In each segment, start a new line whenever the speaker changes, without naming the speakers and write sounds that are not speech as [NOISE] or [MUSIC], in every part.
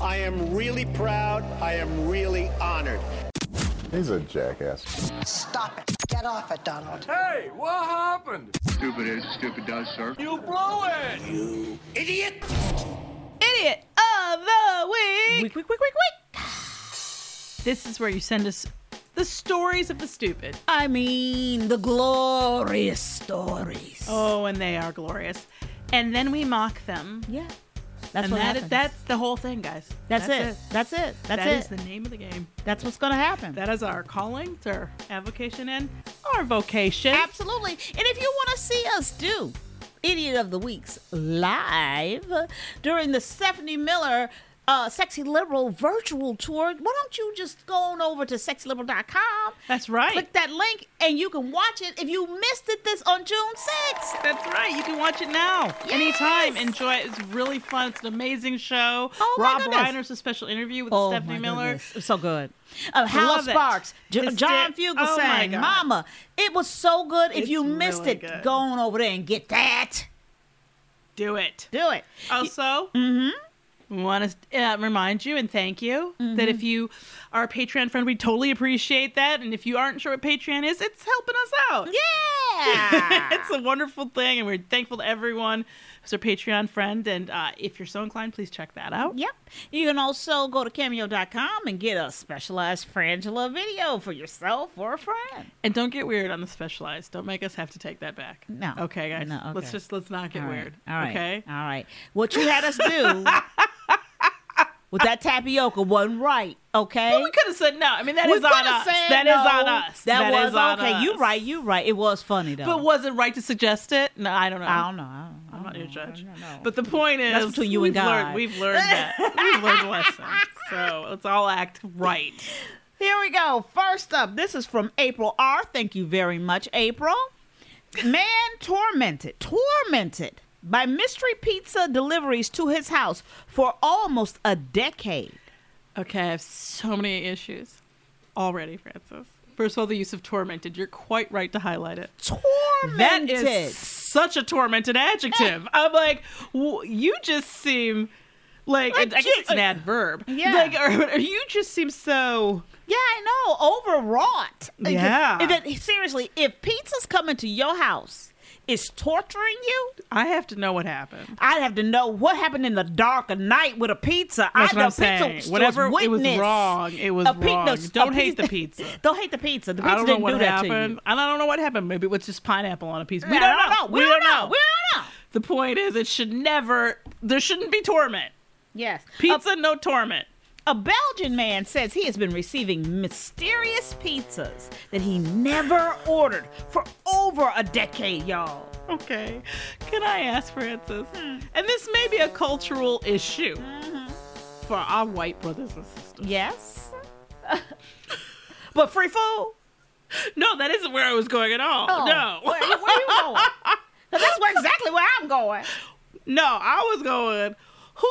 I am really proud. I am really honored.
He's a jackass.
Stop it. Get off it, Donald.
Hey, what happened?
Stupid is, stupid does, sir.
You blew it!
Idiot of the Week.
Week, week, week, week, week. This is where you send us the stories of the stupid.
I mean, the glorious stories.
Oh, and they are glorious. And then we mock them.
yeah. That's
and
what
that
happens.
is, that's the whole thing, guys.
that's, it. That's it. That's
That
it.
is the name of the game.
that's what's gonna happen.
That is our calling, it's our avocation, and our vocation.
Absolutely. And if you want to see us do Idiot of the Weeks live during the Stephanie Miller uh, Sexy Liberal virtual tour, why don't you just go on over to sexyliberal.com?
That's right.
Click that link and you can watch it if you missed it this on June 6th.
That's right. You can watch it now. Anytime.
Yes!
Enjoy it. It's really fun. It's an amazing show.
Oh, my
Rob
goodness. Oh
Reiner's a special interview with Stephanie Miller. Oh,
goodness. It was so good. Uh, Hal
Love it.
Sparks, J-
It's
John
di-
Fugelsang,
oh my God.
Mama. It was so good. If
It's
you missed
really
it,
good.
go on over there and get that.
Do it.
Do it.
Also,
Mm-hmm.
we want to uh, remind you and thank you that if you are a Patreon friend, we totally appreciate that. And if you aren't sure what Patreon is, it's helping us out. [LAUGHS]
Yeah.
it's a wonderful thing, and we're thankful to everyone who's a Patreon friend. And uh, if you're so inclined, please check that out.
Yep. You can also go to cameo.com and get a specialized Frangela video for yourself or a friend.
And don't get weird on the specialized. Don't make us have to take that back.
No.
Okay, guys.
No,
Let's
okay.
just let's not get
All right.
weird.
All right.
Okay.
All right. What you had us
[LAUGHS]
do with that tapioca wasn't right, okay?
We could have said no. I mean, that
We
is on
coulda
us.
said
That is
no.
on us.
That, was
is on
okay.
us.
You right. You right. It was funny though.
But was it right to suggest it? No, I don't know.
I don't know. I don't know.
I'm not your judge.
don't know.
But the point is,
That's between you and
we've learned-
God.
we've learned
[LAUGHS]
that. we've learned a lesson. So let's all act right.
Here we go. First up, this is from April R. Thank you very much, April. Man tormented, tormented by mystery pizza deliveries to his house for almost a decade.
Okay, I have so many issues already, Francis. First of all, the use of tormented. You're quite right to highlight it. That
Tormented.
is such a tormented adjective.
[LAUGHS]
I'm like, w- you just seem like I guess it's an adverb.
uh, Yeah.
Like, or, or you just seem so.
Yeah, I know. Overwrought. Like,
Yeah.
and then- seriously, if pizza's coming to your house, it's torturing you.
I have to know what happened.
I'd have to know what happened in the dark of night with a pizza.
That's
I,
what
the
I'm saying.
Pizza
Whatever
was
it was
witness.
wrong, it was
A pe- no,
wrong.
a
Don't hate
pe-
the pizza.
[LAUGHS] Don't hate the pizza. The pizza
I don't know
didn't
what
do that to
happened.
you.
And I don't know what happened. Maybe it was just pineapple on a piece.
I
We don't know.
We don't know. We don't know.
The point is, it should never. There shouldn't be torment.
Yes.
Pizza, no torment.
A Belgian man says he has been receiving mysterious pizzas that he never ordered for over a decade, y'all.
Okay. Can I ask, Francis?
Hmm.
And this may be a cultural issue
Mm-hmm.
for our white brothers and sisters. [LAUGHS]
Yes. but free food?
No, that isn't where I was going at all.
Oh.
No.
Where, where you going?
[LAUGHS]
'Cause that's where, exactly where I'm going.
No, I was going, who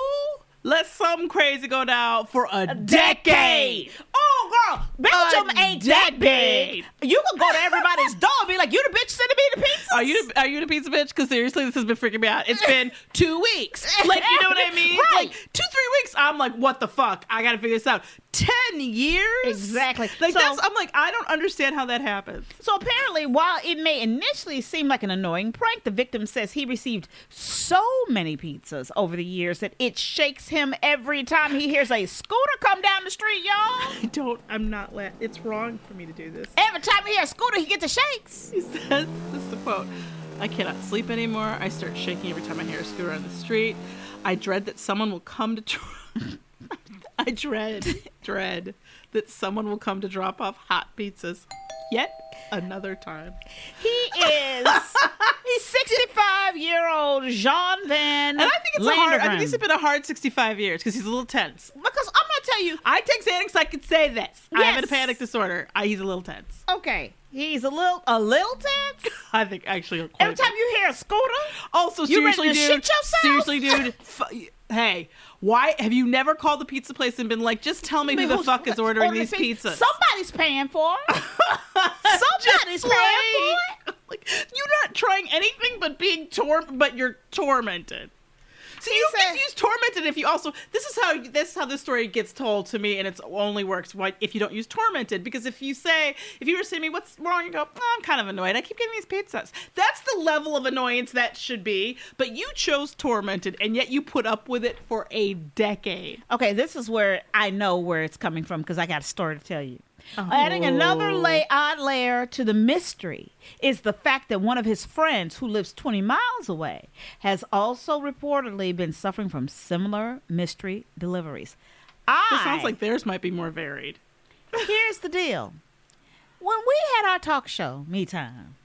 let something crazy go down for a, decade?
Oh, Girl, Belgium ain't that big. You can go to everybody's door and be like, you the bitch sending me the pizza.
Are you are you the pizza bitch? Because seriously, this has been freaking me out. It's
[LAUGHS]
been two weeks. Like you know what I mean?
Right.
Like two three weeks. I'm like, what the fuck? I gotta figure this out. Ten years.
Exactly.
Like
So-
that's. I'm like, I don't understand how that happens.
So apparently, while it may initially seem like an annoying prank, the victim says he received so many pizzas over the years that it shakes him every time he hears a scooter come down the street, y'all.
I don't. I'm not. La- it's wrong for me to do this.
Every time he hears a scooter, he gets the shakes.
He says, this is the quote, I cannot sleep anymore. I start shaking every time I hear a scooter on the street. I dread that someone will come to dr- [LAUGHS] I dread, dread that someone will come to drop off hot pizzas yet another time. [LAUGHS]
He is 65-year-old Jean Van.
And I think it's a hard, I think this has been a hard 65 years because he's a little tense.
because I'm gonna tell you.
I take Xanax, I can say this. I have a
Yes.
panic disorder. I, he's a little tense.
Okay, he's a little a little tense.
I think actually quite
Every
a bit.
time you hear a scooter,
Also,
You ready
seriously,
to
dude.
shit yourself?
Seriously,
[LAUGHS]
dude. F- hey, why have you never called the pizza place and been like, just tell me who the
who's-
fuck is
who's
ordering these
pizza?
pizzas?
Somebody's paying for
[LAUGHS]
it. Somebody's paying for it.
Like, you're not trying anything but being tor, but you're tormented. So you
said-
get to use tormented if you also. This is how this is how this story gets told to me, and it's only works why- if you don't use tormented. Because if you say if you were to say to me what's wrong, you go "Oh, I'm kind of annoyed. I keep getting these pizzas. That's the level of annoyance that should be. But you chose tormented, and yet you put up with it for a decade.
Okay, this is where I know where it's coming from because I got a story to tell you. Adding another
Oh.
lay- odd layer to the mystery is the fact that one of his friends, who lives 20 miles away, has also reportedly been suffering from similar mystery deliveries. I,
This sounds like theirs might be more varied.
here's the deal. When we had our talk show, Me Time,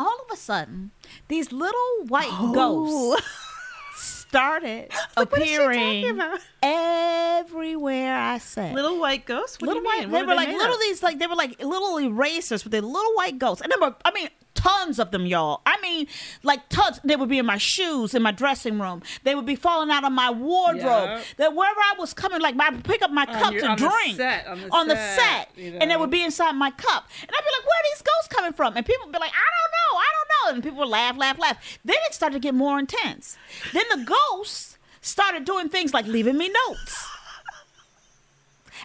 all of a sudden, these little white ghosts started appearing everywhere I sat.
Little white ghost. What
little
do you
white.
mean?
They
What
were
are
like
made
little
of?
these like they were like little erasers with their little white ghosts, and there were I mean tons of them, y'all. I mean like tons. They would be in my shoes in my dressing room. They would be falling out of my wardrobe.
Yep.
That wherever I was coming, like my pick up my cup
your-
to
on the
drink
set, on the set,
set,
you
and they
know.
would be inside my cup, and I'd be like, where are these ghosts coming from? And people would be like, I don't know, I don't know, and people would laugh, laugh, laugh. Then it started to get more intense. Then the ghosts started doing things like leaving me notes.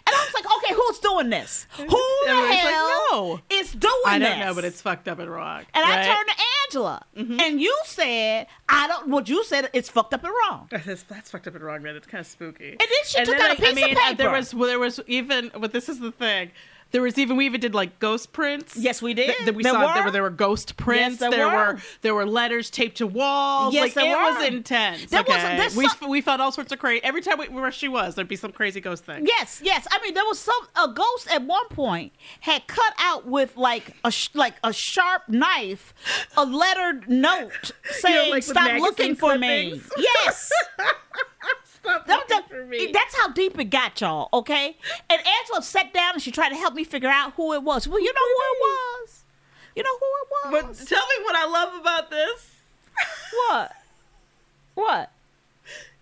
And I was like, okay, who's
[LAUGHS]
doing this? Who the
Everybody's like,
hell
"No."
is doing
I
this?
don't know, but it's fucked up and wrong.
And
right? Mm-hmm.
I turned to Angela, and you said, I don't, what you said, it's fucked up and
[LAUGHS]
wrong. And
[LAUGHS] That's, that's fucked up and wrong, man. It's kind of spooky. And
then she took
then
out a piece
I mean,
of
uh,
paper.
There was, well, there was even, but this is the thing. There was even we even did like ghost prints.
Yes, we did.
Th- that we
There
saw
were.
there were there were ghost prints.
there
there
were.
were. there were letters taped to walls.
Yes,
like,
there
it
were.
was intense.
There was-
okay?
there's
we
some-
f- we found all sorts of crazy. Every time we where she was, there'd be some crazy ghost thing.
Yes, yes. I mean, there was some a ghost at one point had cut out with like a sh- like a sharp knife, a
[LAUGHS]
lettered note saying,
like with
"Stop
magazine
looking for
clippings. [LAUGHS]
me." Yes.
Stop
That was
looking
the-
for me.
That's how deep it got, y'all. Okay, and Angela sat down and she tried to help me figure out who it was. Well, you know who it was. You know who it
But
was.
tell me what I love about this.
what? What?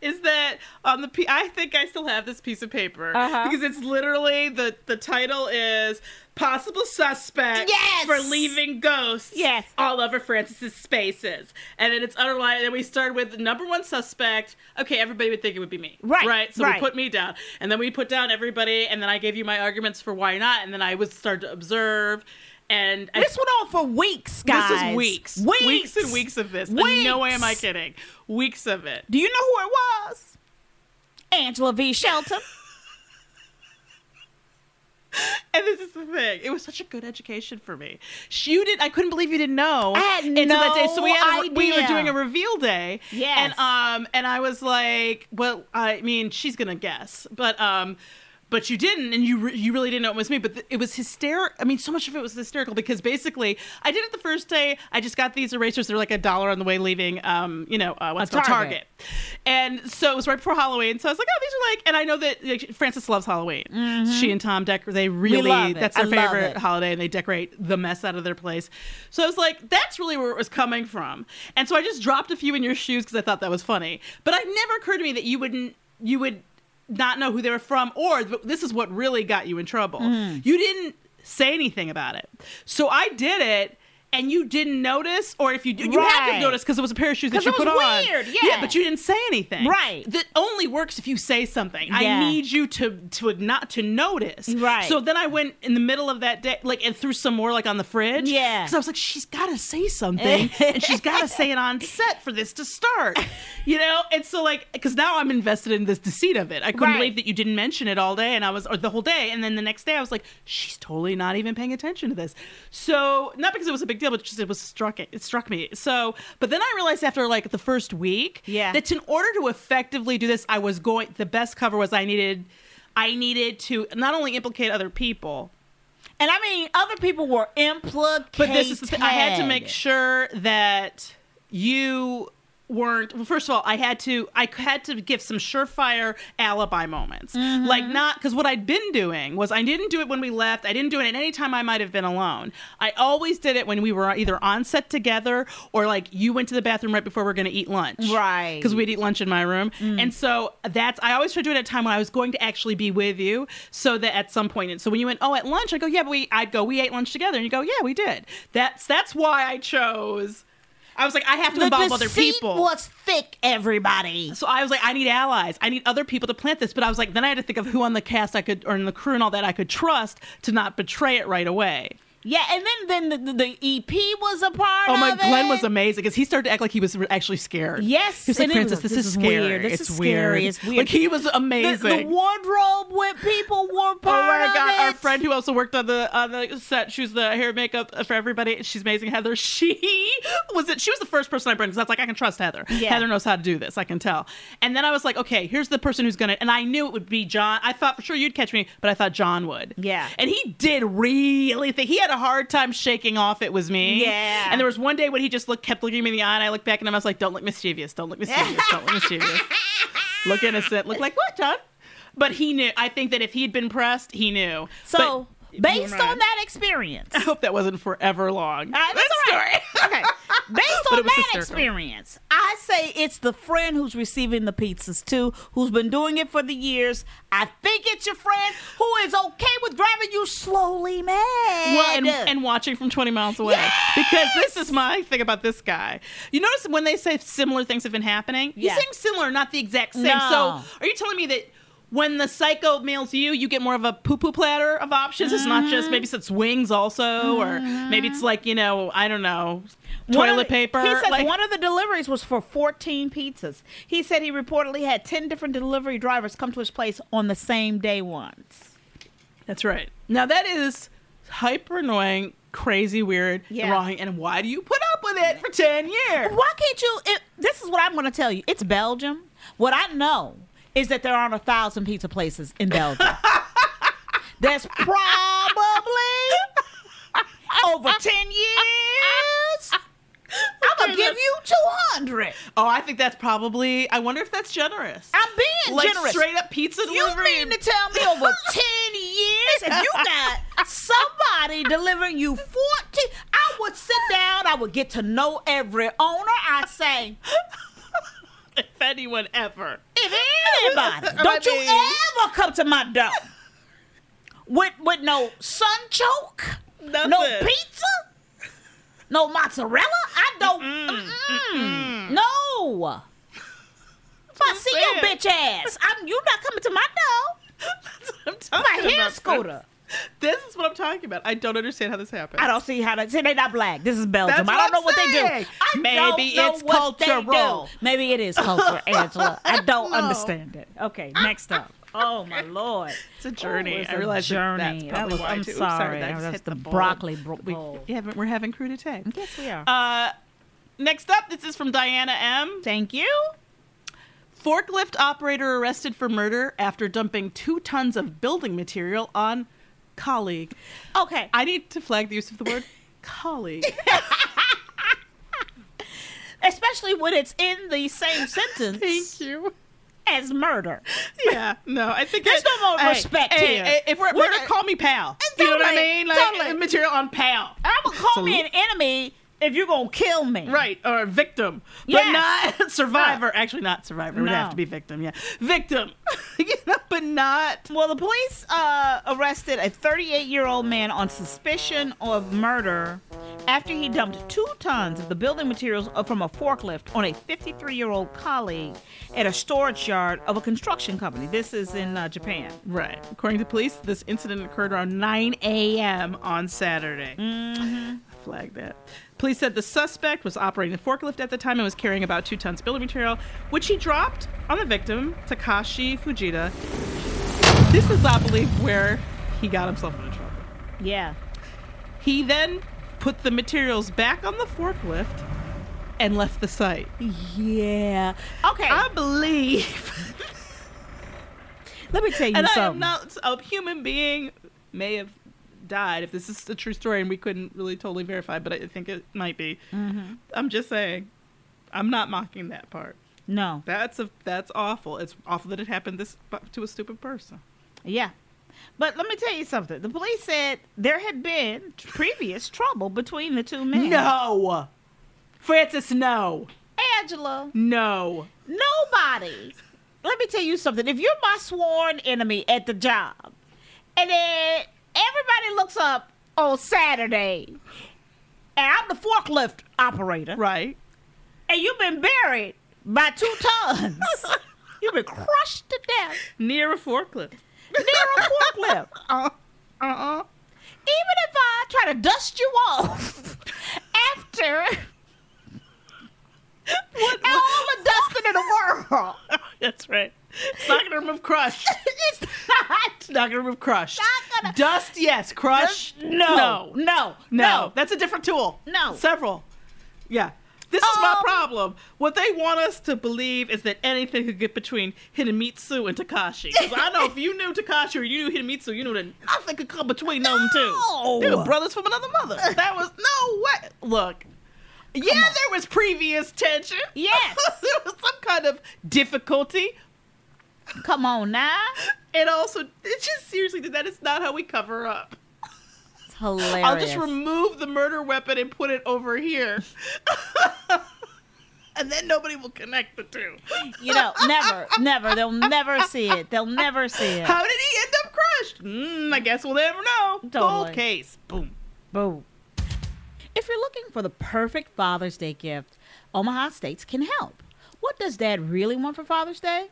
is that on the p- I think I still have this piece of paper
Uh-huh.
because it's literally the the title is possible suspect
Yes!
for leaving ghosts
Yes.
all over Francis's spaces and then it's underlined and then we started with the number one suspect okay everybody would think it would be me
Right,
right so
right.
we put me down and then we put down everybody and then I gave you my arguments for why not and then I would start to observe and I
This went on for weeks, guys.
this is weeks.
Weeks.
Weeks and weeks of this. And no way am I
Weeks.
kidding. Weeks of it.
Do you know who it was? Angela
[LAUGHS]
V. Shelton.
And this is the thing. It was such a good education for me. She- You did. I couldn't believe you didn't know.
I had
until that day.
no
So we had. a- we were
idea.
doing a reveal day.
Yes.
And um. And I was like, well, I mean, she's gonna guess, but um. But you didn't, and you re- you really didn't know it was me. But th- it was hysterical. I mean, so much of it was hysterical because basically, I did it the first day. I just got these erasers; they're like a dollar on the way leaving. Um, you know, uh, what's
A
it called
Target.
Target. And so it was right before Halloween. So I was like, oh, these are like, and I know that like, Frances loves Halloween.
Mm-hmm.
She and Tom Decker, they really
love it.
that's
I
their
love
favorite
it.
holiday and they decorate the mess out of their place so i was like that's really where it was coming from and so i just dropped a few in your shoes because i thought that was funny but it never occurred to me that you wouldn't you would not know who they were from, or th- this is what really got you in trouble.
Mm-hmm.
You didn't say anything about it. So I did it. And you didn't notice, or if you did, you had to
Right.
notice because it was a pair of shoes that
'Cause
you
it
put
was
on.
weird,
yeah,
yeah.
but you didn't say anything.
Right.
That only works if you say something.
Yeah.
I need you to to not to notice.
Right.
So then I went in the middle of that day, like and threw some more like on the fridge.
Yeah.
Because I was like, she's got to say something, and she's got to say it on set for this to start. You know. And so like, because now I'm invested in this deceit of it. I couldn't
Right.
believe that you didn't mention it all day, and I was or the whole day, and then the next day I was like, she's totally not even paying attention to this. So not because it was a big deal, but just it was struck it, it struck me. So, but then I realized after like the first week,
Yeah.
that in order to effectively do this, I was going. The best cover was I needed, I needed to not only implicate other people,
And I mean, other people were implicated.
but this is the thing. I had to make sure that you weren't well, first of all i had to i had to give some surefire alibi moments like not because what i'd been doing was i didn't do it when we left i didn't do it at any time i might have been alone i always did it when we were either on set together or like you went to the bathroom right before we are going to eat lunch
Right.
because we'd eat lunch in my room
Mm.
and so that's i always tried to do it at a time when i was going to actually be with you so that at some point and so when you went oh at lunch i go yeah but we i'd go we ate lunch together and you go yeah we did that's that's why i chose I was like, I have to
the
involve other
deceit
people.
was thick, everybody.
so I was like, I need allies. I need other people to plant this. But I was like, then I had to think of who on the cast I could, or in the crew and all that I could trust to not betray it right away.
Yeah, and then then the, the, the EP was a part.
Oh my,
of
Glenn
it.
was amazing because he started to act like he was re- actually scared.
Yes,
he was like,
and it was
Francis,
like,
this,
this
is
is weird.
weird.
This
it's
is
weird.
scary. It's weird.
Like he was
The,
amazing.
the wardrobe with people were part
Oh my
of
god, our
it.
friend who also worked on the on the set, she was the hair and makeup for everybody. She's amazing, Heather. [LAUGHS] She was it. She was the first person I brought because I was like, I can trust Heather.
Yeah.
Heather knows how to do this. I can tell. And then I was like, okay, here's the person who's gonna. And I knew it would be John. I thought for sure you'd catch me, but I thought John would.
Yeah.
And he did really think he had a hard time shaking off it was me.
Yeah.
And there was one day when he just looked, kept looking me in the eye, and I looked back at him. I was like, don't look mischievous. Don't look mischievous. don't look mischievous
[LAUGHS]
look innocent, look like what, John? But he knew. I think that if he'd been pressed, he knew.
So
But-
based
Never mind.
on that
[LAUGHS]
experience,
I hope that wasn't forever long.
Uh, that's all right.
[LAUGHS]
okay. Based
But
on
it was
that
hysterical.
experience, I say it's the friend who's receiving the pizzas too, who's been doing it for the years. I think it's your friend who is okay with driving you slowly mad.
Well, and, and watching from 20 miles away. Because this is my thing about this guy. You notice when they say similar things have been happening,
Yeah.
he's saying similar, not the exact same.
No.
So are you telling me that when the psycho mails you, you get more of a poo poo platter of options? It's not just maybe it's wings also, or maybe it's like, you know, I don't know,
Mm-hmm. One of
toilet
the-
paper.
He said
like,
one of the deliveries was for 14 pizzas. He said he reportedly had 10 different delivery drivers come to his place on the same day once.
That's right. Now that is hyper annoying, crazy, weird,
Yeah.
wrong. And why do you put up with it for ten years?
Why can't you? It, this is what I'm going to tell you. It's Belgium. What I know is that there aren't a thousand pizza places in Belgium.
[LAUGHS]
There's probably over 10 years. I'm going to give you 200.
Oh, I think that's probably. I wonder if that's generous.
I'm being
like
Ah, generous.
straight up pizza
You
delivery.
mean to tell me over 10 years if you got somebody delivering you 14? I would sit down, I would get to know every owner. I'd say,
[LAUGHS] if anyone ever.
if
[LAUGHS]
anybody, don't you
mean-
ever come to my door with, with no sun choke,
[LAUGHS]
no
Nothing.
pizza, no mozzarella. I don't, mm-mm. no. If I see your
saying.
bitch ass, I'm, you're not coming to my door.
That's what [LAUGHS] I'm
I'm
talking
a hair
about.
scooter.
This is what I'm talking about. I don't understand how this happened.
I don't see how they. See, they not black. This is Belgium.
That's
I
what
don't know
I'm
what they
saying.
do. I
Maybe
don't know
it's
what they
cultural.
do. Maybe it is culture, Angela. I don't
[LAUGHS] No.
understand it. Okay,
[LAUGHS]
next up. Oh my lord,
It's a journey.
Oh, it's
I
a
realize that that's
journey. That
probably
was-
why
I'm
too. Oops,
sorry.
that
That
just
was
hit
the
bowl.
broccoli bro-
We-
bowl.
yeah, but we're having crudité.
Yes, we are.
Uh, next up, this is from Diana M.
Thank you.
Forklift operator arrested for murder after dumping two tons of building material on colleague.
Okay,
I need to flag the use of the
[LAUGHS]
word colleague.
especially when it's in the same sentence
you.
as murder.
Yeah, no, I think
There's
it-
no more
Hey,
respect
hey,
here.
hey, if we're at
We're
murder,
not-
call me pal.
And
you know what I
totally,
mean? Like
totally.
material on pal.
I would call me an enemy if you're gonna kill me.
Right, or victim. But
Yes.
not [LAUGHS] survivor. Actually, not survivor. It would have
No.
to be victim, yeah. Victim. [LAUGHS] you know, but not.
Well, the police uh, arrested a 38 year old man on suspicion of murder after he dumped two tons of the building materials from a forklift on a 53 year old colleague at a storage yard of a construction company. This is in uh, Japan.
Right. According to police, this incident occurred around 9 a.m. on Saturday. Mm-hmm. Flag that. Police said the suspect was operating the forklift at the time and was carrying about two tons of building material, which he dropped on the victim, Takashi Fujita. This is, I believe, where he got himself into trouble.
Yeah.
He then put the materials back on the forklift and left the site.
Yeah. Okay.
I believe,
let me tell you
and I am
something.
not a human being, may have died if this is a true story, and we couldn't really totally verify, but I think it might be. I'm just saying, I'm not mocking that part.
no.
That's a that's awful. It's awful that it happened this to a stupid person.
Yeah. But let me tell you something. The police said there had been previous trouble between the two men.
No, Francis, no,
Angela.
no.
Nobody. Let me tell you something. If you're my sworn enemy at the job, and then everybody looks up on Saturday, and I'm the forklift operator,
Right.
and you've been buried by two
[LAUGHS]
tons. you've been crushed to death
Near a forklift.
near a [LAUGHS] forklift.
Uh uh.
Uh-uh. Even if I try to dust you off [LAUGHS] after all the dusting in the world,
[LAUGHS]
[LAUGHS]
That's right. It's not gonna remove crush.
it's not.
Not gonna remove crush.
Not gonna-
Dust, yes. Crush,
No, no,
no,
no,
no. That's a different tool.
No.
several. Yeah, this is my
Um,
problem. What they want us to believe is that anything could get between Hidemitsu and Takashi. 'Cause I know if you knew Takashi or you knew Hidemitsu, you knew that nothing could come between them two.
No.
They were brothers from another mother. That was no way. Look. Yeah, there was previous tension.
Yes.
[LAUGHS] there was some kind of difficulty,
Come on now.
and also, it just seriously, that is not how we cover up.
It's hilarious.
I'll just remove the murder weapon and put it over here. [LAUGHS] and then nobody will connect the two.
you know, never, never. They'll never see it. They'll never see it.
How did he end up crushed? Mm, I guess we'll never know.
Totally.
Cold case. Boom.
Boom. If you're looking for the perfect Father's Day gift, Omaha States can help. What does Dad really want for Father's Day?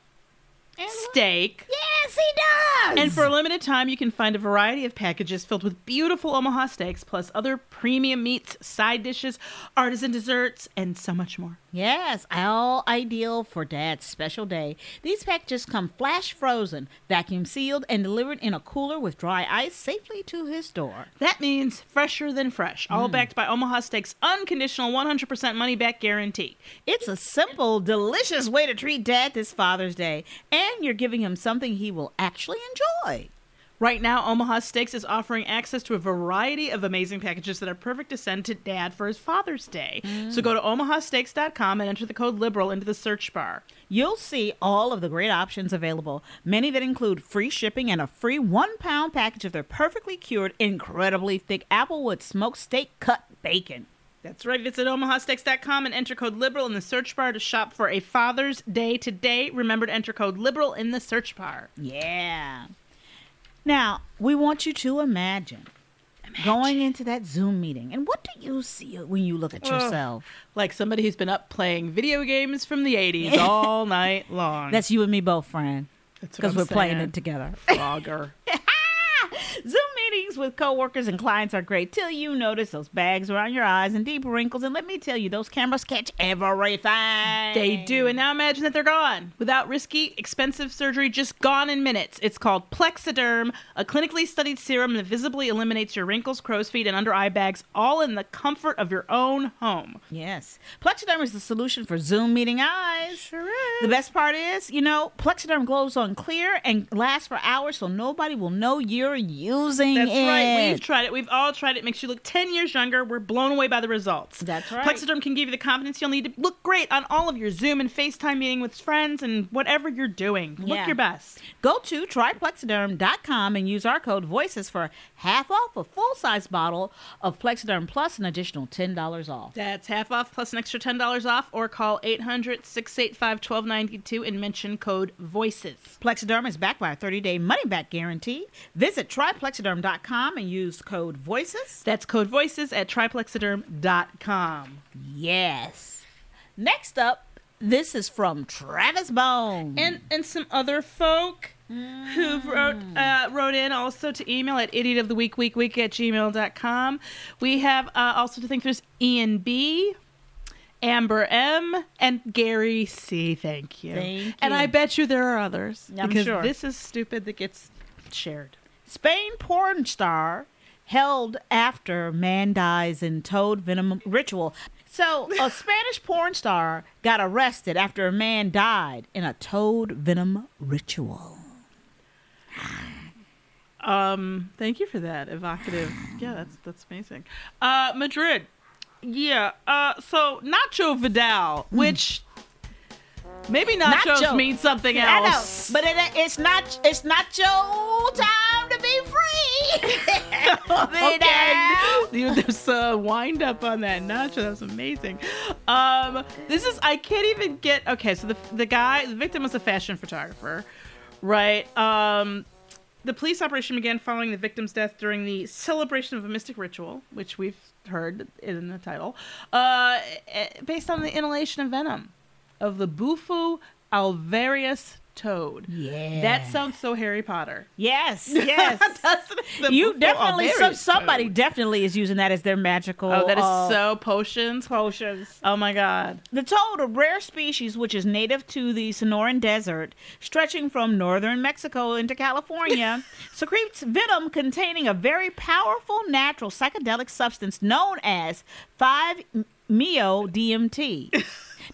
Steak.
Yes, he does.
And for a limited time, you can find a variety of packages filled with beautiful Omaha steaks, plus other premium meats, side dishes, artisan desserts, and so much more.
Yes, all ideal for dad's special day. These packages come flash frozen, vacuum sealed, and delivered in a cooler with dry ice safely to his door.
That means fresher than fresh, all backed by Omaha Steaks' unconditional 100% money back guarantee.
It's a simple, delicious way to treat dad this Father's Day, and you're giving him something he will actually enjoy.
Right now, Omaha Steaks is offering access to a variety of amazing packages that are perfect to send to dad for his Father's Day. So go to omahasteaks.com and enter the code LIBERAL into the search bar.
You'll see all of the great options available, many that include free shipping and a free one pound package of their perfectly cured, incredibly thick applewood smoked steak cut bacon.
That's right, visit omahasteaks.com and enter code LIBERAL in the search bar to shop for a Father's Day today. Remember to enter code LIBERAL in the search bar.
Yeah. Now, we want you to imagine, going into that Zoom meeting. And what do you see when you look at yourself?
Like somebody who's been up playing video games from the [LAUGHS] 80s all night long.
That's you and me both, friend.
That's what
Because
I'm
we're playing
saying.
it together.
[LAUGHS] Frogger.
Zoom meetings with coworkers and clients are great till you notice those bags around your eyes and deep wrinkles. And let me tell you, those cameras catch everything.
They do. And now imagine that they're gone without risky, expensive surgery, just gone in minutes. It's called Plexiderm, a clinically studied serum that visibly eliminates your wrinkles, crow's feet, and under eye bags, all in the comfort of your own home.
Yes. Plexiderm is the solution for Zoom meeting eyes. Sure is. The best part is, you know, Plexiderm glows on clear and lasts for hours so nobody will know you're using
That's right. We've
it.
tried it. We've all tried it. Makes you look 10 years younger. We're blown away by the results.
That's right.
Plexiderm can give you the confidence you'll need to look great on all of your Zoom and FaceTime meeting with friends and whatever you're doing. Look
Yeah.
your best.
Go to triplexiderm.com and use our code VOICES for half off a full size bottle of Plexiderm Plus an additional $10 off.
That's half off plus an extra $10 off or call 800 685 1292 and mention code VOICES.
Plexiderm is backed by a 30 day money back guarantee. Visit triplexiderm.com and use code VOICES.
That's code VOICES at triplexiderm.com.
Yes. Next up, this is from Travis Bone.
and and some other folk who
Mm.
wrote uh, wrote in also to email at idiot of the week week week at gmail.com we have uh, also to thank there's ian b amber m and gary c thank you
Thank
and
you.
i bet you there are others
I'm
because
sure.
this is stupid that gets shared
Spain porn star held after man dies in toad venom ritual. So, a Spanish porn star got arrested after a man died in a toad venom ritual.
Um, thank you for that evocative. Yeah, that's that's amazing. Uh, Madrid. Yeah. Uh, so Nacho Vidal, which maybe nachos
Mm. Nacho.
means something
I know,
else.
but it, it's not it's not your time to be free.
[LAUGHS]
Vidal.
okay. You- There's a wind up on that nacho. That was amazing. Um, this is I can't even get. Okay, so the the guy, the victim was a fashion photographer, right? Um, the police operation began following the victim's death during the celebration of a mystic ritual, which we've heard in the title, uh, eh, based on the inhalation of venom of the Bufu alvarius toad.
Yeah.
That sounds so Harry Potter. [LAUGHS]
Yes, yes.
Doesn't it? The
you
Bufu
definitely some,
alvarius
somebody
toad.
definitely is using that as their magical.
Oh, that is
uh,
so potions. Potions. Oh my god.
The toad, a rare species which is native to the Sonoran Desert, stretching from northern Mexico
[LAUGHS]
into California, secretes venom containing a very powerful natural psychedelic substance known as 5-meo
[LAUGHS]
DMT.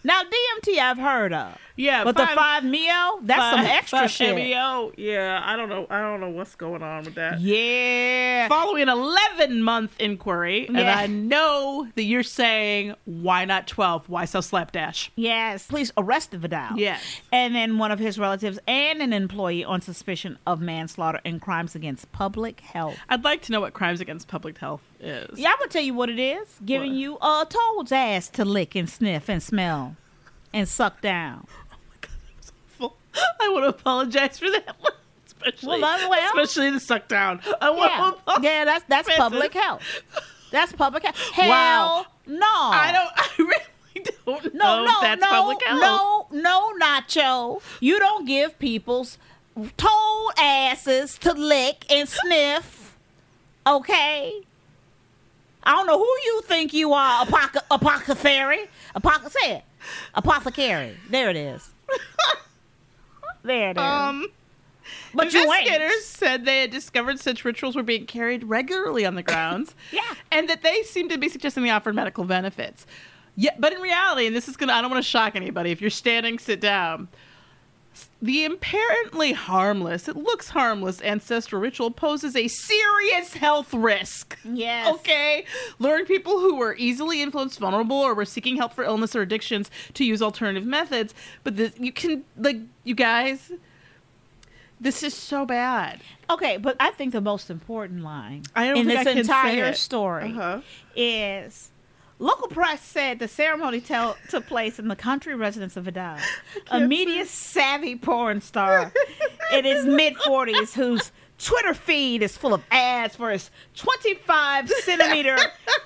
now, DMT I've heard of.
Yeah,
But the 5-meo, that's some extra shit.
MEO. Yeah, I don't know. I don't know what's going on with that.
Yeah.
Following an 11 month inquiry, and
Yeah.
I know that you're saying, why not 12? Why so slapdash?
Yes. Police arrested Vidal.
Yes.
And then one of his relatives and an employee on suspicion of manslaughter and crimes against public health.
I'd like to know what crimes against public health is.
Yeah, I'm gonna tell you what it is. Giving
What?
you a toad's ass to lick and sniff and smell and suck down.
[LAUGHS] I want to apologize for that one. Especially,
Well, I will.
especially the suck down. I want
Yeah,
to apologize.
yeah that's that's
Princess.
public health. That's public health. Hell
Wow.
no.
I don't. [LAUGHS] I really don't
no,
know
no,
if that's
no,
public health.
no, no, Nacho. You don't give people's toad asses to lick and sniff. Okay. I don't know who you think you are, apoc- apothecary. Apoc- say it. Apothecary. There
[LAUGHS]
it is. there it is.
Um,
but you
Investigators
ain't.
said they had discovered such rituals were being carried regularly
[LAUGHS]
on the grounds.
Yeah.
And that they seemed to be suggesting they offered medical benefits. Yeah, but in reality, and this is going to, I don't want to shock anybody, if you're standing, sit down. The apparently harmless, it looks harmless, ancestral ritual poses a serious health risk.
Yes.
Okay. Luring people who were easily influenced, vulnerable, or were seeking help for illness or addictions to use alternative methods. But this, you can, like, you guys, this is so bad.
Okay, but I think the most important line
I don't
in
think
this
I can say
entire
it.
story
Uh-huh.
is local press said the ceremony tell, took place in the country residence
[LAUGHS]
of Vidal, a media savvy porn star in his mid 40s whose Twitter feed is full of ads for his
[LAUGHS]
25 centimeter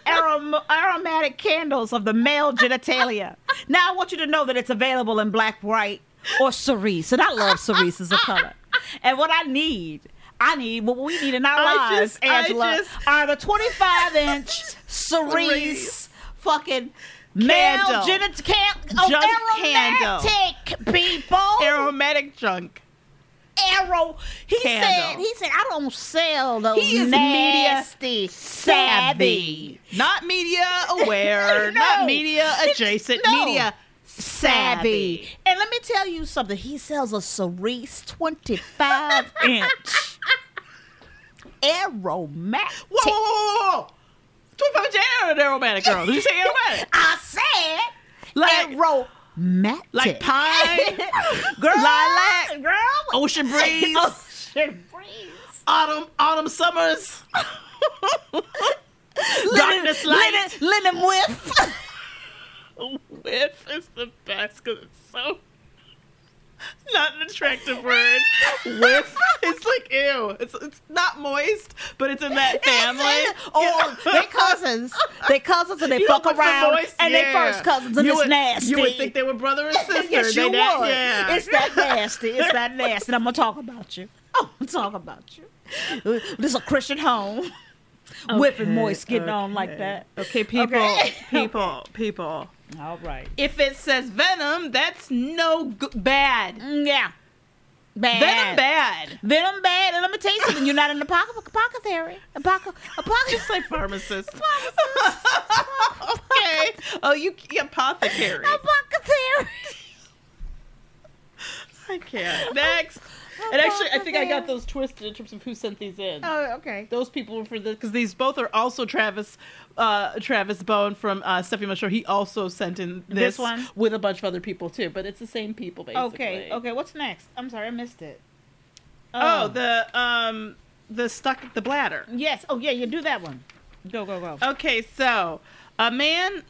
arom- aromatic candles of the male genitalia. Now I want you to know that it's available in black, white, or cerise, and I love cerise as
[LAUGHS]
a color. And what I need, I need what we need in our
I
lives,
just- I
Angela,
just-
are
[LAUGHS]
the 25 inch cerise fucking male
Candle.
genit- can- oh,
Junk
aromatic people.
Aromatic junk.
Arrow. He said.
Candle.
He said. I don't sell those
He is media
nasty savvy.
Not media aware, not
[LAUGHS] No.
media adjacent,
No.
media
savvy. And let me tell
[LAUGHS]
you something. He sells a cerise 25 inch [LAUGHS] aromatic.
Whoa, whoa, whoa, whoa, whoa. 25 inch and an aromatic girl. Did you say
[LAUGHS]
aromatic?
I said
Like-
aromatic.
like
[LAUGHS] Oh,
pine,
girl,
lilac,
girl,
ocean breeze,
ocean breeze,
autumn, autumn summers, darkness light.
linen, linen whiff.
Whiff is the best because it's so not an attractive word. Whiff. It's like ew. It's it's not moist, but it's in that family.
or they cousins. They cousins and they
[LAUGHS] You
fuck
know what's the
around
moist?
and they
Yeah.
first cousins and
you
it's
would,
nasty.
You would think they were brother and sister.
yes,
They
you would.
na- yeah.
It's that nasty. It's that nasty. And I'm gonna talk about you. [LAUGHS] I'm gonna talk about you. Uh, This is a Christian home. [LAUGHS] Whipping moist getting on like that.
Okay, people,
[LAUGHS] Okay.
people, people.
All right.
If it says venom, that's no g- bad.
Mm, Yeah. Bad.
Venom bad.
Venom bad. And I'm gonna tell you something. You're not an apoc- apothecary. Apoc- apoc-
Just like pharmacist. okay. Oh, you apothecary.
[LAUGHS] apothecary.
I can't. Next. And actually, I think I got those twisted in terms of who sent these in.
Oh, okay.
Those people were for the because these both are also Travis, uh, Travis Bone from uh, Stuffy Mushroom. He also sent in this,
This one?
with a bunch of other people too, but it's the same people basically.
Okay, okay. What's next? I'm sorry, I missed it.
Oh, the um, the stuck the bladder.
yes. Oh, yeah. You do that one. Go, go, go.
Okay, so a man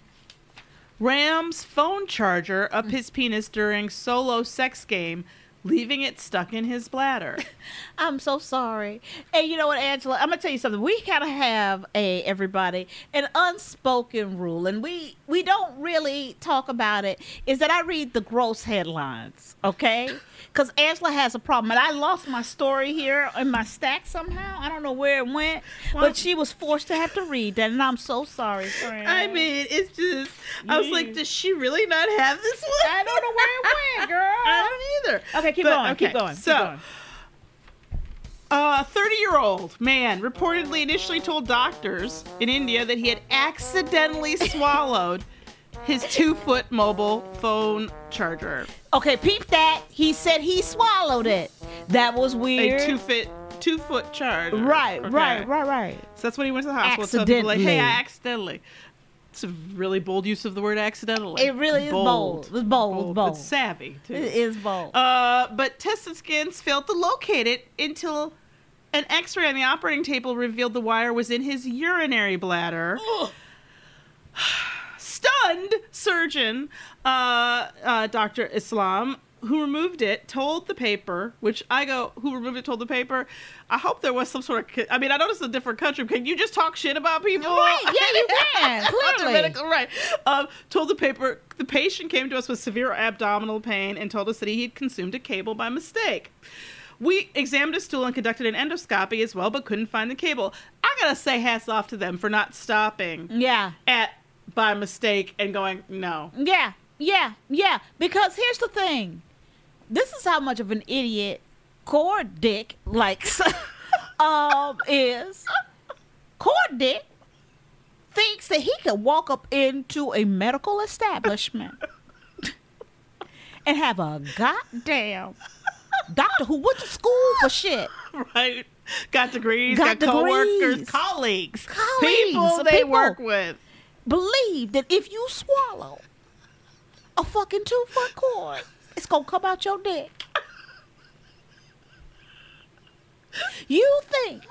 rams phone charger up his penis during solo sex game, leaving it stuck in his
[LAUGHS]
bladder.
I'm so sorry. And you know what, Angela? I'm gonna tell you something. We kind of have a everybody an unspoken rule, and we we don't really talk about it. Is that I read the gross headlines, okay? Because Angela has a problem, and I lost my story here in my stack somehow. I don't know where it went, but she was forced to have to read that, and I'm so sorry, friend.
I mean, it's just I was like, does she really not have this one?
I don't know where it went, girl.
[LAUGHS] I don't either.
Okay, keep
But,
going.
okay,
Keep going. keep
So,
going.
A 30 year old man reportedly initially told doctors in India that he had accidentally swallowed his two foot mobile phone charger.
Okay, peep that. He said he swallowed it. That was weird.
A two foot, two foot charger.
right,
Okay.
right, right, right.
So that's when he went to the hospital. So people were like, hey, I
Accidentally.
accidentally. It's a really bold use of the word accidentally.
It really is bold. It's bold. It's Oh. bold.
It's savvy, too.
It is bold.
Uh, but tested scans failed to locate it until an X-ray on the operating table revealed the wire was in his urinary bladder. [SIGHS] Stunned, surgeon uh, uh, Dr. Islam, who removed it, told the paper, which I go, who removed it, told the paper. I hope there was some sort of. co- I mean, I noticed a different country. Can you just talk shit about people?
Right,
[LAUGHS]
yeah, you [LAUGHS] can,
Other
clearly.
medical- right. Um, told the paper the patient came to us with severe abdominal pain and told us that he had consumed a cable by mistake. We examined his stool and conducted an endoscopy as well, but couldn't find the cable. I gotta say, hats off to them for not stopping
yeah.
at by mistake and going no.
Yeah. Yeah. Yeah. Because here's the thing. This is how much of an idiot Core Dick likes [LAUGHS] um is. Core Dick thinks that he can walk up into a medical establishment and have a goddamn doctor who went to school for shit.
[LAUGHS] Right? Got degrees, got,
Got
coworkers,
degrees.
colleagues,
Colleagues,
people they
people.
work with.
believe that if you swallow a fucking two foot cord, it's gonna come out your dick. You think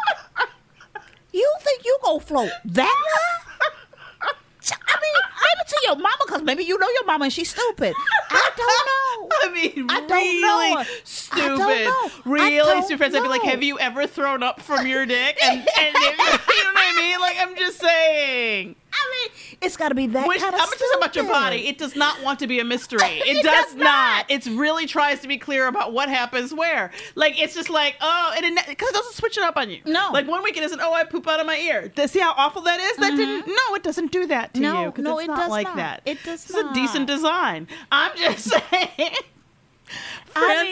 you think you gonna float that high? Ch- I mean, maybe to your mama, cause maybe you know your mama and she's stupid. I don't know.
[LAUGHS] I mean,
I don't
really
know. I
stupid.
don't know. I
Really
don't
stupid. Friends, I'd be like,
know.
have you ever thrown up from your dick? And, and [LAUGHS] you know what I mean? Like, I'm just saying.
I mean, it's gotta be that
Which, I'm
kind of.
just talking about your body. It does not want to be a mystery.
[LAUGHS]
It, does,
does
not.
not.
It's really tries to be clear about what happens where. Like it's just like oh, and because it doesn't switch it up on you.
No.
Like one weekend isn't oh I poop out of my ear. Does- See how awful that is? That didn't. No, it doesn't do that to
Mm-hmm. No,
you. 'cause
no,
it's
it
not
does
like
not.
that.
It does
It's a decent
not.
design. I'm just [LAUGHS] saying,
I mean-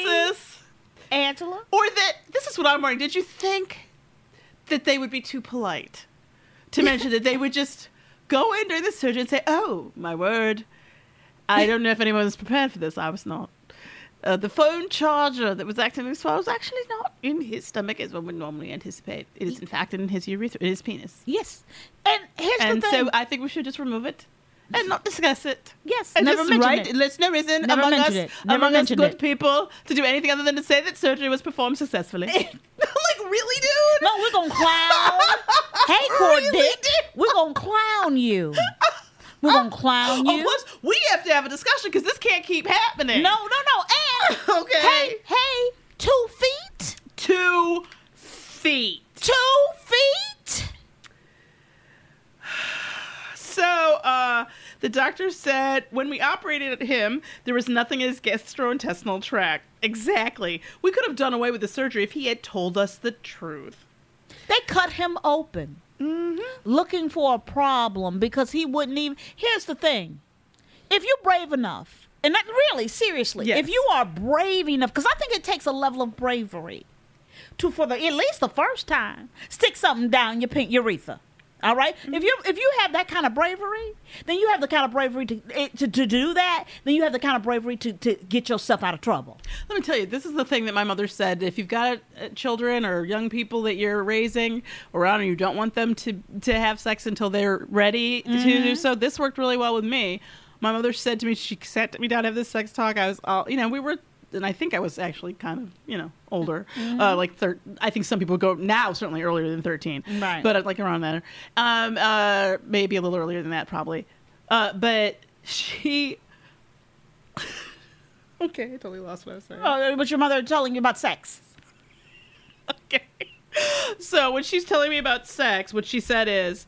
Francis.
Angela.
Or that this is what I'm wondering. Did you think that they would be too polite to mention that they would just go in during the surgery and say, "Oh my word, I don't know if anyone was prepared for this. I was not." Uh, the phone charger that was activating his phone was actually not in his stomach as one would normally anticipate. It is in fact in his urethra, in his penis.
Yes. And here's
and
the thing.
so I think we should just remove it and not discuss it.
Yes,
and
never
just
mention
write.
it.
There's no reason
Never
among us,
mention it. Never
among us
mention
good
it.
people, to do anything other than to say that surgery was performed successfully.
[LAUGHS]
like really, dude?
no, we're going to clown. hey,
[LAUGHS]
Cord
Really,
Dick.
dude?
We're going to clown you. We're going to clown
Oh,
you.
plus, we have to have a discussion because this can't keep happening.
No, no, no.
[LAUGHS]
And
Okay.
hey, hey, two feet,
two feet.
two feet.
So uh, the doctor said when we operated him, there was nothing in his gastrointestinal tract. Exactly. We could have done away with the surgery if he had told us the truth.
They cut him open, Mm-hmm. looking for a problem because he wouldn't even. Here's the thing: if you're brave enough, and that really seriously,
Yes.
if you are brave enough, because I think it takes a level of bravery to, for the at least the first time, stick something down your pink urethra. All right? If you if you have that kind of bravery, then you have the kind of bravery to, eh, to to do that. Then you have the kind of bravery to to get yourself out of trouble.
Let me tell you, this is the thing that my mother said. If you've got uh, children or young people that you're raising around and you don't want them to, to have sex until they're ready to do so, this worked really well with me. My mother said to me, she sat me down to have this sex talk. I was all, you know, we were, and I think I was actually kind of, you know, older. Uh, like, thir- I think some people go now, certainly earlier than 13.
Right.
But uh, like around that. Um, uh, maybe a little earlier than that, probably. Uh, but she. okay, I totally lost what I was saying.
Oh, but your mother telling you about sex.
okay. [LAUGHS] So when she's telling me about sex, what she said is,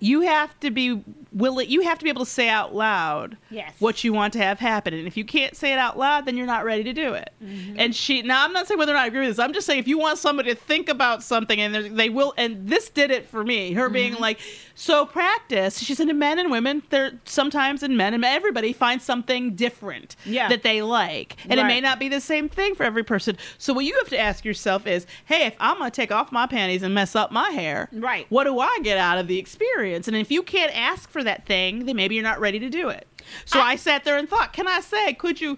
you have to be will you have to be able to say out loud
Yes.
what you want to have happen, and if you can't say it out loud, then you're not ready to do it.
Mm-hmm.
And she now I'm not saying whether or not I agree with this. I'm just saying if you want somebody to think about something and they're- they will, and this did it for me. Her being
Mm-hmm.
like, so practice. She said, "And men and women, they're sometimes in men and everybody finds something different
Yeah.
that they like, and it may
Right.
not be the same thing for every person. So what you have to ask yourself is, hey, if I'm gonna take off my panties and mess up my hair,
Right.
What do I get out of the experience? And if you can't ask for that thing, then maybe you're not ready to do it. So I, sat there and thought, can I say, could you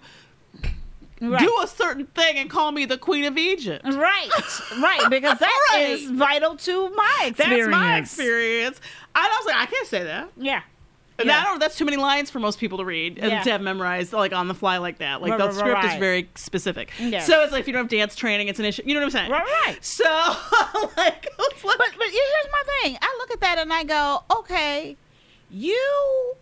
do a certain thing and call me the Queen of Egypt?
Right, right,
[LAUGHS]
because that is
Right.
vital to my
That's
experience.
my experience. And I was like, I can't say that.
Yeah.
And
Yeah.
I don't, that's too many lines for most people to read and
Yeah.
to have memorized like on the fly like that. Like
Right,
the
right, right,
script is
right.
very specific.
Yeah.
So it's like if you don't have dance training, it's an issue. You know what I'm saying?
Right, right.
So [LAUGHS] [LAUGHS] like, I was like-
But but here's my thing. I look at that and I go, okay, you,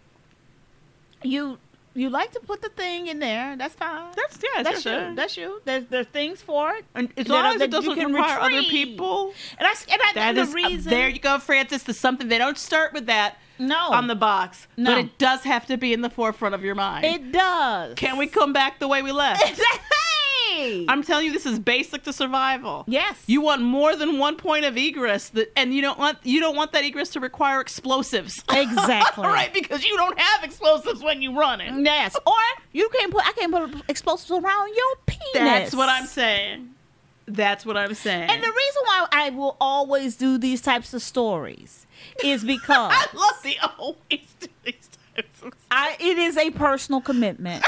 you, you like to put the thing in there. That's fine.
that's yeah,
that's
sure,
you.
sure.
That's you. There's there's things for it.
and as
that
long
are-
as
that
it
you
doesn't
can
require other
retrieve.
people,
And I s- and I
that
think
is uh,
the reason.
there you go, Francis. To something they don't start with that
No.
on the box,
No.
but it does have to be in the forefront of your mind.
It does.
Can
[LAUGHS]
we come back the way we left?
Hey.
I'm telling you, this is basic to survival.
yes.
You want more than one point of egress, that, and you don't want you don't want that egress to require explosives, [LAUGHS]
exactly
right? Because you don't have explosives when you run it.
Yes, or you can't put I can't put explosives around your penis.
That's what I'm saying. That's what I'm saying.
And the reason why I will always do these types of stories is [LAUGHS] because
I love the always do these types of
I it is a personal [LAUGHS] commitment.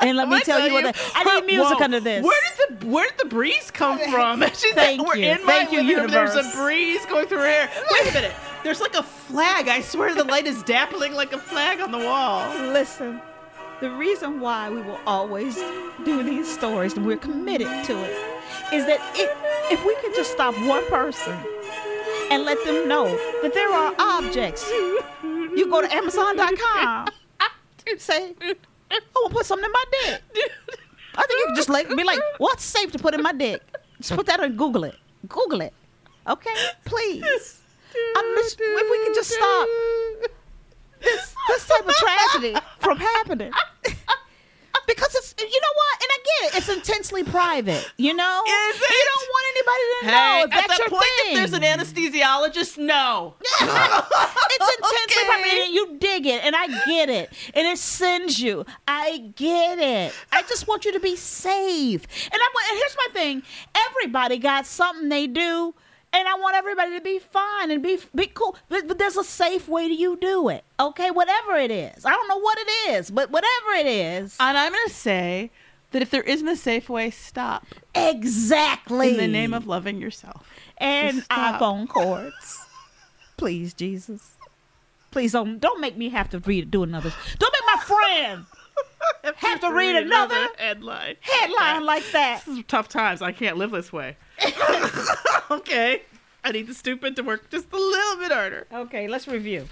And let me
I
tell you what the- I need music
Whoa,
under this.
Where did the where did the breeze come from? She's
Thank
like, we're
you.
in my
Thank you,
living room. There's a
universe.
breeze going through her hair. Wait a minute. There's like a flag. I swear the light is dappling like a flag on the wall.
Listen, the reason why we will always do these stories and we're committed to it is that it, if we can just stop one person and let them know that there are objects, you go to Amazon.com, you say, I want to put something in my dick. I think you can just like be like, what's safe to put in my dick? Just put that on Google it. Google it. Okay, please. I'm just, if we can just stop this this type of tragedy from happening. Because it's you know what, and I get it. It's intensely private, you know.
Is
You
it?
don't want anybody to know
Hey,
if that's
at the
your
point that
thing.
there's an anesthesiologist, no.
it's intensely
Okay.
private, and you dig it, and I get it, and it sends you. I get it. I just want you to be safe. And I want. And here's my thing: everybody got something they do, and I want everybody to be fine and be be cool. But, but there's a safe way to you do it. Okay, whatever it is, I don't know what it is, but whatever it is,
And I'm gonna say that if there isn't a safe way, stop.
Exactly.
In the name of loving yourself.
and
Stop.
iPhone cords. Please, Jesus. Please don't don't make me have to read do another. Don't make my friend have to read another
headline.
headline like that.
This is tough times. I can't live this way. [LAUGHS] okay. I need the stupid to work just a little bit harder.
Okay, let's review.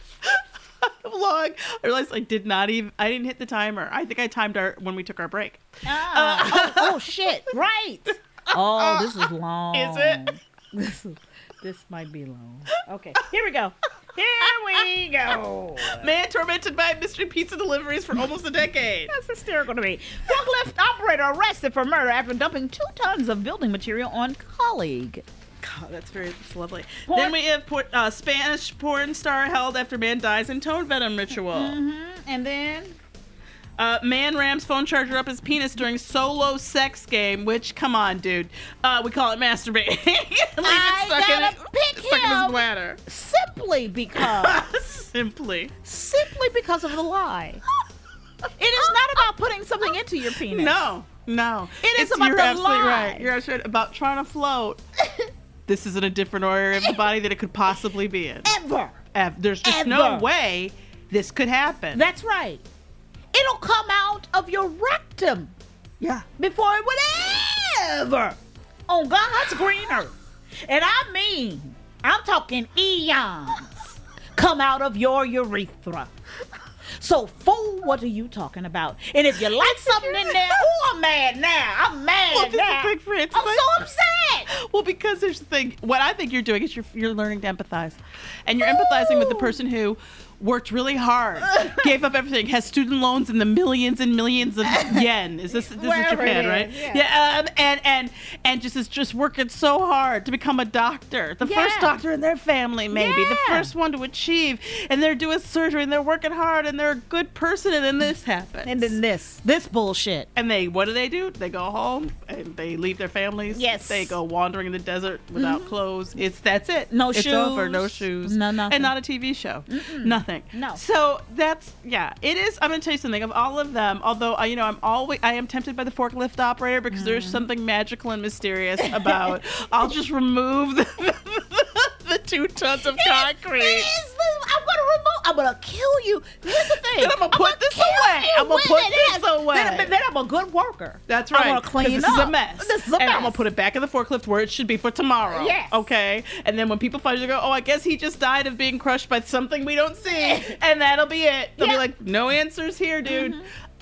Vlog. I realized I did not even. I didn't hit the timer. I think I timed our when we took our break.
Ah, [LAUGHS] oh, oh, shit! Right. [LAUGHS] Oh, this is long.
Is it?
[LAUGHS] This is, this might be long. Okay, here we go. Here we go.
Man tormented by mystery pizza deliveries for almost a decade.
[LAUGHS] That's hysterical to me. Forklift operator arrested for murder after dumping two tons of building material on colleague.
God, that's very that's lovely.
Porn-
Then we have por- uh, Spanish porn star held after man dies in toad venom ritual.
Mm-hmm. And then
Uh, man rams phone charger up his penis during solo sex game, which, come on, dude. Uh, we call it masturbating. [LAUGHS] Leave it
I
stuck in
gotta
it-
pick
stuck in
him.
his bladder. [LAUGHS]
simply [LAUGHS] because
Simply.
simply because of the lie. It is not about putting something into your penis.
No, no.
It is
It's-
about
you're
the
absolutely
lie.
right. You're absolutely right about trying to
[LAUGHS]
float. this isn't a different area of the body that it could possibly be in.
Ever.
Ev- There's just no
ever.
way this could happen.
That's right. It'll come out of your rectum
yeah.
before it would ever on God's green earth. And I mean, I'm talking eons come out of your urethra. So, fool, what are you talking about?
[LAUGHS]
And if you like something in there, oh, I'm mad now. I'm mad
Well, this is
now.
big for it. It's
I'm
like-
so upset.
Well, because there's the thing. What I think you're doing is you're, you're learning to empathize, and you're empathizing with the person who worked really
[LAUGHS]
hard, gave up everything, has student loans in the millions and millions
[LAUGHS]
of yen. Is this this is
Wherever
Japan,
it is,
right?
yeah.
um, and and and just is just working so hard to become a doctor, the first
Yeah.
doctor in their family, maybe the
Yeah.
first one to achieve, and they're doing surgery and they're working hard and they're a good person, and then this happens.
And then this, this bullshit.
And they, what do they do? They go home and they leave their families.
Yes. Mm-hmm.
They go wandering in the desert without clothes. It's that's it.
No
it's
shoes.
over. No shoes.
No nothing.
And not a TV show. Nothing.
No.
So that's yeah. It is. I'm gonna tell you something. Of all of them, although I, you know, I'm always I am tempted by the forklift operator because
Mm.
there's something magical and
[LAUGHS]
mysterious about. I'll just remove the, [LAUGHS] the two tons of concrete.
It is the- I'm gonna remove. I'm gonna kill you. Here's the thing.
Then I'ma put this
kill
away.
you
I'ma
with
put
it.
this
Yes.
away.
Then, I'm- then I'm a good worker.
That's right.
I'm gonna
'cause
clean
this
up.
is a mess.
This is a
and
mess.
I'm gonna put it back in the forklift where it should be for tomorrow.
Yes.
Okay. And then when people find it, they go, "Oh, I guess he just died of being crushed by something we don't
[LAUGHS]
see," and that'll be it. They'll be
Yeah. Mm-hmm.
like, "No answers here, dude."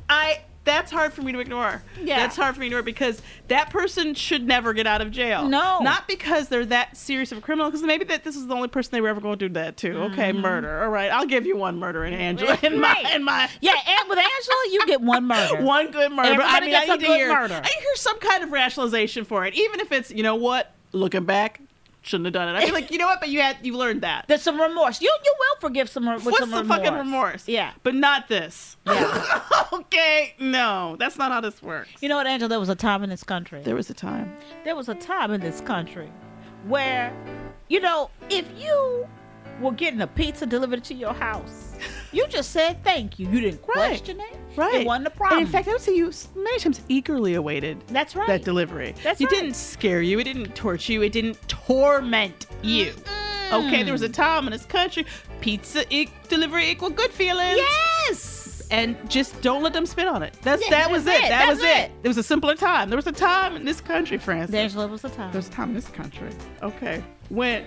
I. That's hard for me to ignore.
Yeah.
That's hard for me to ignore because that person should never get out of jail.
No.
Not because they're that serious of a criminal, because maybe that this is the only person they were ever going to do that to. Okay, murder. All right, I'll give you one murder in Angela. [LAUGHS] In my,
Mm-hmm. Right.
in my,
Yeah, and with Angela, you get one
[LAUGHS]
murder.
one good murder. but I
Everybody
mean,
gets
I
a
need to
good
hear,
murder.
I hear some kind of rationalization for it, even if it's you know what. Looking back, shouldn't have done it. I feel like you know what, but you had you learned that.
There's some remorse. You you will forgive some re- with
What's
some
the
remorse.
fucking remorse?
Yeah.
but not this.
Yeah.
[LAUGHS] okay, no, that's not how this works.
you know what, Angela? There was a time in this country.
There was a time.
there was a time in this country where, you know, if you were getting a pizza delivered to
[LAUGHS]
your house, you just said thank you. You didn't
Right.
question it.
Right.
It wasn't a
And
problem.
in fact, I would say you s- many times eagerly awaited
that's right.
that delivery.
That's
it
right.
didn't scare you. It didn't torture you. It didn't torment you.
Mm.
Okay, there was a time in this country, pizza e- delivery equal good feelings.
yes.
and just don't let them spit on it. That's
Yeah,
that
that's
was it.
it.
That
That's
was it.
it.
it. was a simpler time. There was a time in this country, Francis. There
Angela was the time.
was a time in this country. Okay, when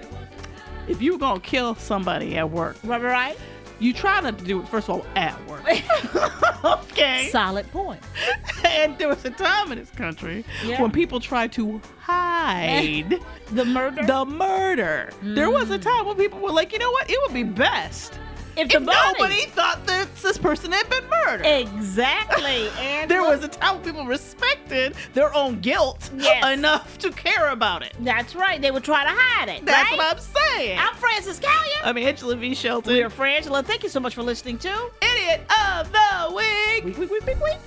if you were gonna kill somebody at work,
Remember right?
you try not to do it first of all at
[LAUGHS]
work. okay.
Solid point.
and there was a time in this country
Yeah.
when people tried to
[LAUGHS]
hide
The murder.
the murder. There was a time when people were like, you know what? It would be best
if the
if
body-
nobody thought that this person had been murdered.
Exactly. And
[LAUGHS] there was a time when people respected their own guilt
Yes.
enough to care about it.
That's right. They would try to hide it.
That's
right?
what I'm saying.
I'm Francis Callion.
I'm Angela V. Shelton.
we are Frangela. Thank you so much for listening to.
Idiot of the Week. Week, week, week, week, week.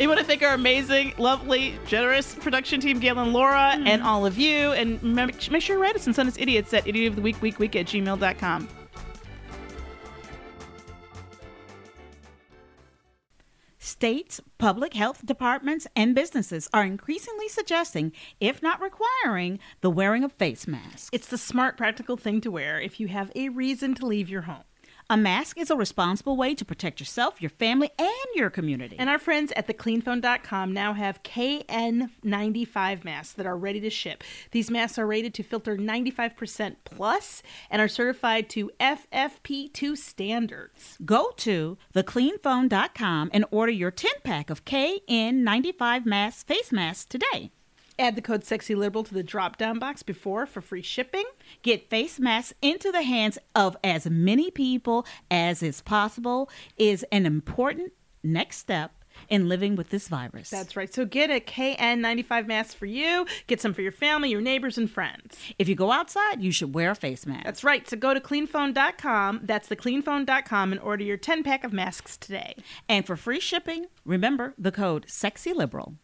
You want to thank our amazing, lovely, generous production team, Gail and Laura, and all of you. And remember, make sure you write us and send us idiots at idiotoftheweekweekweek at gmail.com.
states, public health departments, and businesses are increasingly suggesting, if not requiring, the wearing of face masks.
It's the smart, practical thing to wear if you have a reason to leave your home.
A mask is a responsible way to protect yourself, your family, and your community.
And our friends at thecleanphone.com now have KN95 masks that are ready to ship. These masks are rated to filter 95% plus and are certified to FFP2 standards.
Go to thecleanphone.com and order your 10 pack of KN95 masks, face masks today.
Add the code SEXYLIBERAL to the drop down box before for free shipping.
Get face masks into the hands of as many people as is possible is an important next step in living with this virus.
That's right. So get a KN95 mask for you. Get some for your family, your neighbors, and friends.
if you go outside, you should wear a face mask.
That's right. So go to cleanphone.com. That's thecleanphone.com and order your 10 pack of masks today.
and for free shipping, remember the code SEXYLIBERAL.